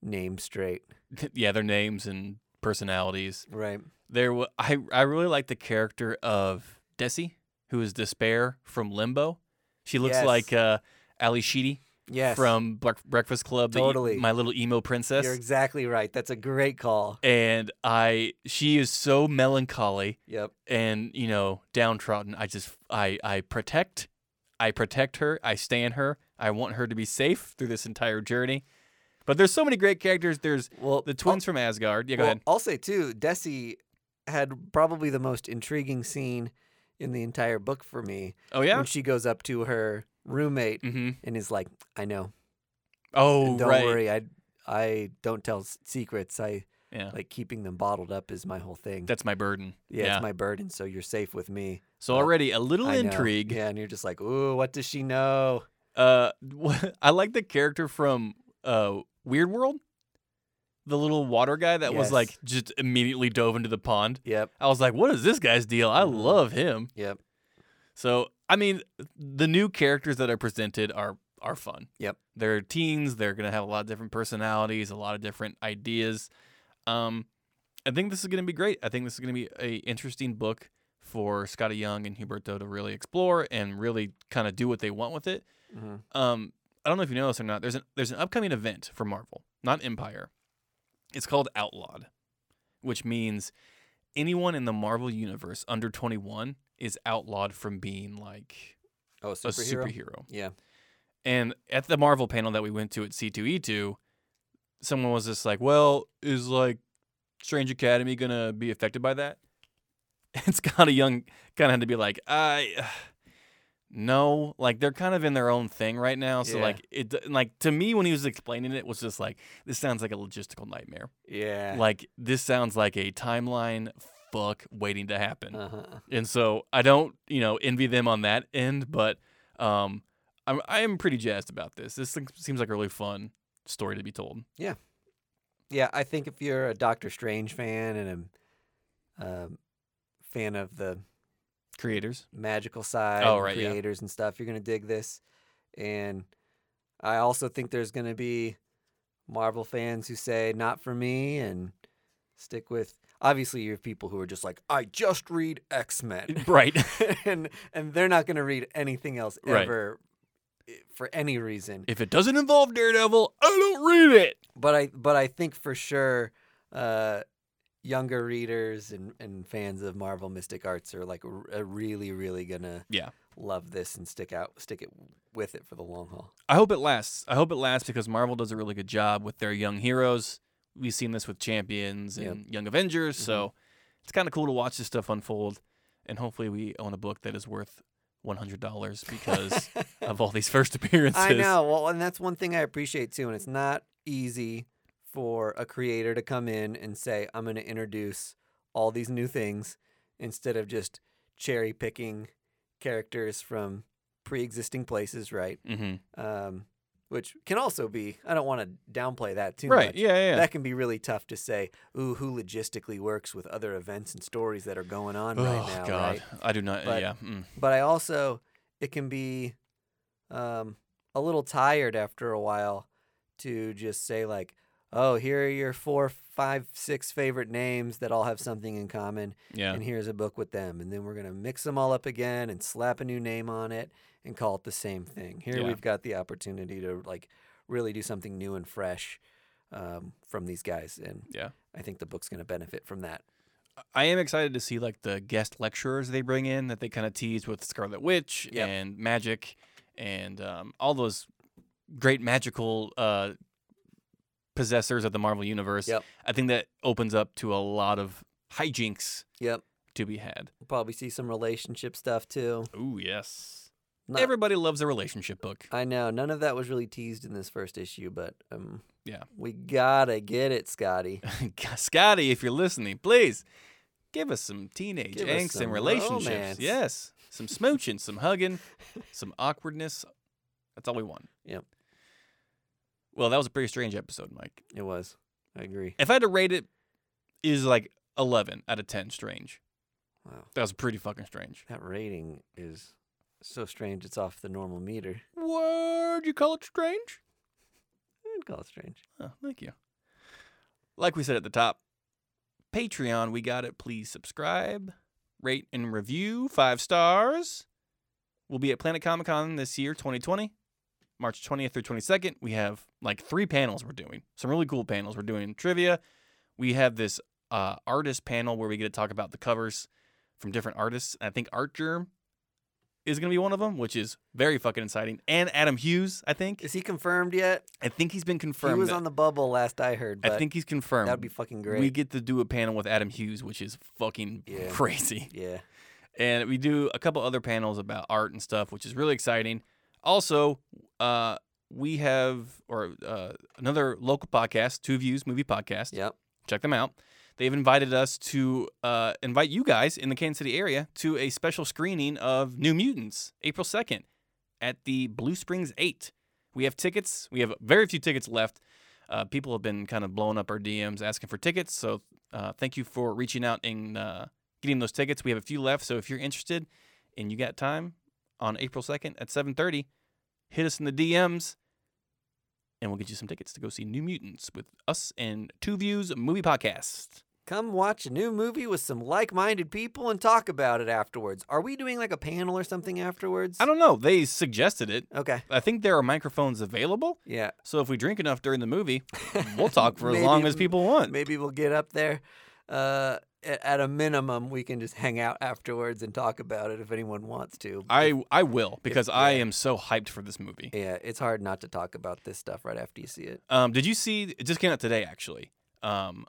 Speaker 2: name straight.
Speaker 1: yeah. Their names and personalities.
Speaker 2: Right.
Speaker 1: There, wa- I I really like the character of Desi, who is Despair from Limbo. She looks
Speaker 2: Yes.
Speaker 1: like uh, Ali Sheedy
Speaker 2: Yes.
Speaker 1: from Bre- Breakfast Club, the e-
Speaker 2: Totally.
Speaker 1: my little emo princess.
Speaker 2: You're exactly right. That's a great call.
Speaker 1: and I, she is so melancholy
Speaker 2: Yep.
Speaker 1: and you know downtrodden. I just, I, I protect, I protect her. I stand her. I want her to be safe through this entire journey. But there's so many great characters. There's
Speaker 2: Well,
Speaker 1: the
Speaker 2: I'll-
Speaker 1: twins from Asgard. Yeah, go
Speaker 2: Oh, well,
Speaker 1: ahead.
Speaker 2: I'll say too, Desi had probably the most intriguing scene in the entire book for me
Speaker 1: Oh yeah.
Speaker 2: when she goes up to her roommate
Speaker 1: Mm-hmm.
Speaker 2: and is like, "I know,
Speaker 1: Oh,
Speaker 2: and don't
Speaker 1: right.
Speaker 2: worry, I I don't tell s- secrets. I
Speaker 1: Yeah.
Speaker 2: like keeping them bottled up is my whole thing.
Speaker 1: That's my burden.
Speaker 2: yeah, it's my burden. So you're safe with me.
Speaker 1: so already a little
Speaker 2: I know.
Speaker 1: intrigue.
Speaker 2: Yeah, and you're just like, ooh, what does she know?
Speaker 1: Uh, I like the character from uh Weird World, the little water guy that was
Speaker 2: Yes.
Speaker 1: like just immediately dove into the pond.
Speaker 2: Yep,
Speaker 1: I was like, what is this guy's deal? I
Speaker 2: Mhm.
Speaker 1: love him.
Speaker 2: yep,
Speaker 1: So I mean, the new characters that are presented are are fun.
Speaker 2: Yep.
Speaker 1: They're teens. They're gonna have a lot of different personalities, a lot of different ideas. Um, I think this is gonna be great. I think this is gonna be a interesting book for Scotty Young and Huberto to really explore and really kind of do what they want with it.
Speaker 2: hmm
Speaker 1: Um, I don't know if you know this or not. There's an there's an upcoming event for Marvel, not Empire. It's called Outlawed, which means anyone in the Marvel universe under 21 is outlawed from being like
Speaker 2: Oh, superhero.
Speaker 1: a superhero.
Speaker 2: Yeah.
Speaker 1: And at the Marvel panel that we went to at C2E2, someone was just like, "Well, is like Strange Academy gonna be affected by that?" And Scotty Young kind of had to be like, "I." No, like they're kind of in their own thing right now. So
Speaker 2: Yeah.
Speaker 1: like it, d- like to me when he was explaining it was just like this sounds like a logistical nightmare.
Speaker 2: Yeah.
Speaker 1: Like this sounds like a timeline fuck waiting to happen.
Speaker 2: uh-huh.
Speaker 1: And so I don't, you know, envy them on that end, but um, I'm I am pretty jazzed about this. This thing seems like a really fun story to be told.
Speaker 2: Yeah, I think if you're a Doctor Strange fan and a um, fan of the
Speaker 1: Creators,
Speaker 2: magical side,
Speaker 1: Oh,
Speaker 2: and
Speaker 1: right, yeah.
Speaker 2: creators and stuff, you're gonna dig this. And I also think there's gonna be Marvel fans who say not for me and stick with. Obviously, you have people who are just like, I just read X Men,
Speaker 1: right?
Speaker 2: and and they're not gonna read anything else
Speaker 1: Right.
Speaker 2: ever eh, for any reason.
Speaker 1: If it doesn't involve Daredevil, I don't read it.
Speaker 2: But I but I think for sure uh younger readers and, and fans of Marvel Mystic Arts are like r- uh, really really gonna
Speaker 1: Yeah.
Speaker 2: love this and stick out stick it with it for the long haul.
Speaker 1: I hope it lasts. I hope it lasts because Marvel does a really good job with their young heroes. We've seen this with Champions and Young Avengers, so it's kind of cool to watch this stuff unfold. And hopefully, we own a book that is worth one hundred dollars because of all these first appearances.
Speaker 2: I know. Well, and that's one thing I appreciate too. And it's not easy for a creator to come in and say, I'm going to introduce all these new things instead of just cherry picking characters from pre existing places, right?
Speaker 1: hmm
Speaker 2: Um, which can also be, I don't want to downplay that too
Speaker 1: Right?
Speaker 2: much.
Speaker 1: Yeah, yeah. yeah.
Speaker 2: That can be really tough to say, ooh, who logistically works with other events and stories that are going on
Speaker 1: oh
Speaker 2: right now,
Speaker 1: God,
Speaker 2: right?
Speaker 1: I do not.
Speaker 2: But-
Speaker 1: yeah. Mm.
Speaker 2: but I also it can be um, a little tired after a while to just say like, oh, here are your four, five, six favorite names that all have something in common,
Speaker 1: Yeah.
Speaker 2: and here's a book with them, and then we're gonna mix them all up again and slap a new name on it and call it the same thing. Here
Speaker 1: Yeah.
Speaker 2: we've got the opportunity to like really do something new and fresh um, from these guys, and
Speaker 1: Yeah.
Speaker 2: I think the book's gonna benefit from that.
Speaker 1: I am excited to see like the guest lecturers they bring in that they kind of tease with Scarlet Witch
Speaker 2: Yep.
Speaker 1: and magic and um, all those great magical uh, possessors of the Marvel universe.
Speaker 2: Yep.
Speaker 1: I think that opens up to a lot of hijinks
Speaker 2: Yep,
Speaker 1: to be had.
Speaker 2: we'll probably see some relationship stuff too.
Speaker 1: Ooh yes.
Speaker 2: Not-
Speaker 1: Everybody loves a relationship book.
Speaker 2: I know none of that was really teased in this first issue, but um,
Speaker 1: Yeah.
Speaker 2: we gotta get it, Scotty.
Speaker 1: Scotty, if you're listening, please give us some teenage
Speaker 2: Give us
Speaker 1: angst
Speaker 2: some
Speaker 1: and relationships.
Speaker 2: romance.
Speaker 1: Yes, some smooching, some hugging, some awkwardness. That's all we want.
Speaker 2: Yep.
Speaker 1: Well, that was a pretty strange episode, Mike.
Speaker 2: It was. I agree.
Speaker 1: If I had to rate it, it is like 11 out of 10 strange.
Speaker 2: Wow,
Speaker 1: That was pretty fucking strange.
Speaker 2: that rating is so strange. It's off the normal meter.
Speaker 1: Word, you call it strange?
Speaker 2: I'd call it strange.
Speaker 1: Oh, thank you. Like we said at the top, Patreon, we got it. Please subscribe, rate, and review five stars. We'll be at Planet Comic Con this year, 2020, March 20th through 22nd. We have like three panels we're doing, some really cool panels. We're doing trivia. We have this uh, artist panel where we get to talk about the covers from different artists. And I think Art Germ is going to be one of them, which is very fucking exciting. And Adam Hughes, I think.
Speaker 2: Is he confirmed yet?
Speaker 1: I think he's been confirmed.
Speaker 2: he was
Speaker 1: that-
Speaker 2: on the bubble last I heard, but
Speaker 1: I think he's confirmed.
Speaker 2: that'd be fucking great.
Speaker 1: We get to do a panel with Adam Hughes, which is fucking
Speaker 2: Yeah.
Speaker 1: crazy.
Speaker 2: yeah,
Speaker 1: And we do a couple other panels about art and stuff, which is really exciting. Also, uh, we have or uh, another local podcast, Two Views Movie Podcast.
Speaker 2: yep.
Speaker 1: Check them out. They've invited us to uh, invite you guys in the Kansas City area to a special screening of New Mutants, April 2nd, at the Blue Springs 8. We have tickets. We have very few tickets left. Uh, people have been kind of blowing up our DMs asking for tickets. So uh, thank you for reaching out and uh, getting those tickets. We have a few left. So if you're interested and you got time on April 2nd at 7.30, hit us in the DMs and we'll get you some tickets to go see New Mutants with us and Two Views Movie Podcast.
Speaker 2: Come watch a new movie with some like-minded people and talk about it afterwards. Are we doing like a panel or something afterwards?
Speaker 1: I don't know. They suggested it.
Speaker 2: Okay.
Speaker 1: I think there are microphones available.
Speaker 2: Yeah.
Speaker 1: So if we drink enough during the movie, we'll talk for as
Speaker 2: Maybe-
Speaker 1: long as people want.
Speaker 2: Maybe we'll get up there. Uh, a- at a minimum, we can just hang out afterwards and talk about it if anyone wants to.
Speaker 1: I, I will because I
Speaker 2: yeah.
Speaker 1: am so hyped for this movie.
Speaker 2: yeah, it's hard not to talk about this stuff right after you see it.
Speaker 1: Um, did you see? It just came out today, actually. Um,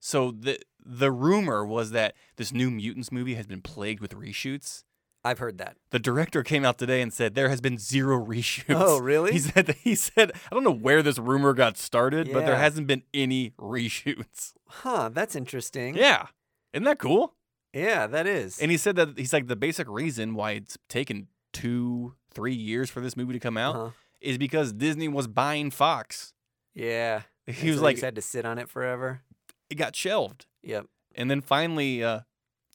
Speaker 1: so the the rumor was that this new Mutants movie has been plagued with reshoots.
Speaker 2: I've heard that.
Speaker 1: The director came out today and said there has been zero reshoots.
Speaker 2: Oh, really?
Speaker 1: He said he said I don't know where this rumor got started, but there
Speaker 2: Yeah.
Speaker 1: hasn't been any reshoots.
Speaker 2: Huh, that's interesting.
Speaker 1: Yeah. Isn't that cool?
Speaker 2: Yeah, that is.
Speaker 1: And he said that he's like the basic reason why it's taken 2 3 years for this movie to come out
Speaker 2: Uh-huh.
Speaker 1: is because Disney was buying Fox.
Speaker 2: Yeah.
Speaker 1: He
Speaker 2: And
Speaker 1: was
Speaker 2: so they
Speaker 1: like
Speaker 2: just had to sit on it forever.
Speaker 1: it got shelved.
Speaker 2: Yep.
Speaker 1: And then finally uh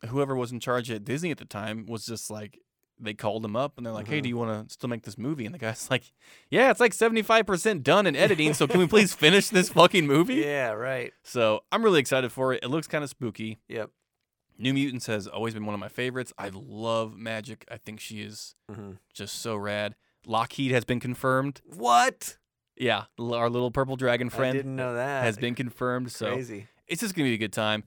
Speaker 1: whoever was in charge at Disney at the time was just like they called him up and they're like, "Hey,
Speaker 2: Mhm.
Speaker 1: do you want to still make this movie?" And the guy's like, "Yeah, it's like 75% done in editing, so can we please finish this fucking movie?"
Speaker 2: Yeah, right.
Speaker 1: So, I'm really excited for it. It looks kind of spooky.
Speaker 2: Yep.
Speaker 1: New Mutants has always been one of my favorites. I love Magic. I think she is
Speaker 2: Mhm.
Speaker 1: just so rad. Lockheed has been confirmed.
Speaker 2: What?
Speaker 1: Yeah, l- our little purple dragon
Speaker 2: I
Speaker 1: friend
Speaker 2: didn't know that.
Speaker 1: has been confirmed. So
Speaker 2: crazy.
Speaker 1: it's just gonna be a good time.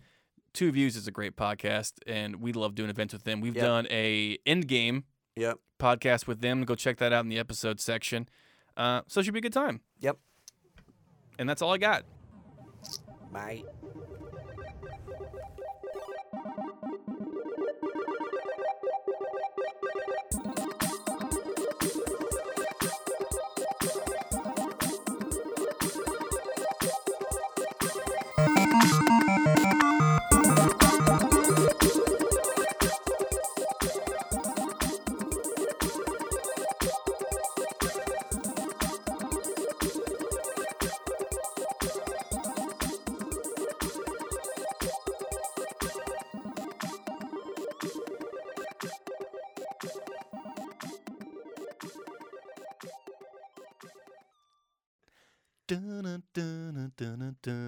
Speaker 1: Two Views is a great podcast, and we love doing events with them. We've
Speaker 2: Yep.
Speaker 1: done a Endgame
Speaker 2: Yep.
Speaker 1: podcast with them. Go check that out in the episode section. Uh, so it should be a good time.
Speaker 2: Yep.
Speaker 1: And that's all I got.
Speaker 2: Bye.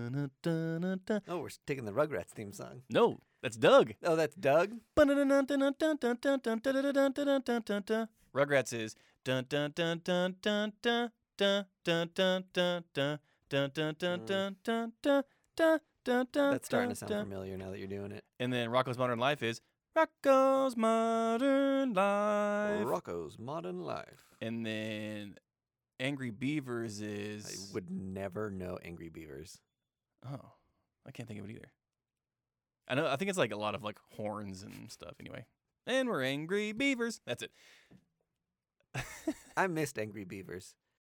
Speaker 2: Oh, we're taking the Rugrats theme song.
Speaker 1: No, that's Doug.
Speaker 2: Oh, that's Doug.
Speaker 1: Rugrats is. dun dun dun dun dun dun dun dun dun dun dun dun dun dun dun dun dun dun dun dun
Speaker 2: That's starting to
Speaker 1: dun.
Speaker 2: sound familiar now that you're doing it.
Speaker 1: And then Rocco's Modern Life is Rocco's Modern Life.
Speaker 2: Rocco's Modern Life.
Speaker 1: And then Angry Beavers
Speaker 2: I
Speaker 1: is.
Speaker 2: would never know Angry Beavers.
Speaker 1: Oh, I can't think of it either. I know. I think it's like a lot of like horns and stuff. Anyway, and we're angry beavers. That's it.
Speaker 2: I missed Angry Beavers.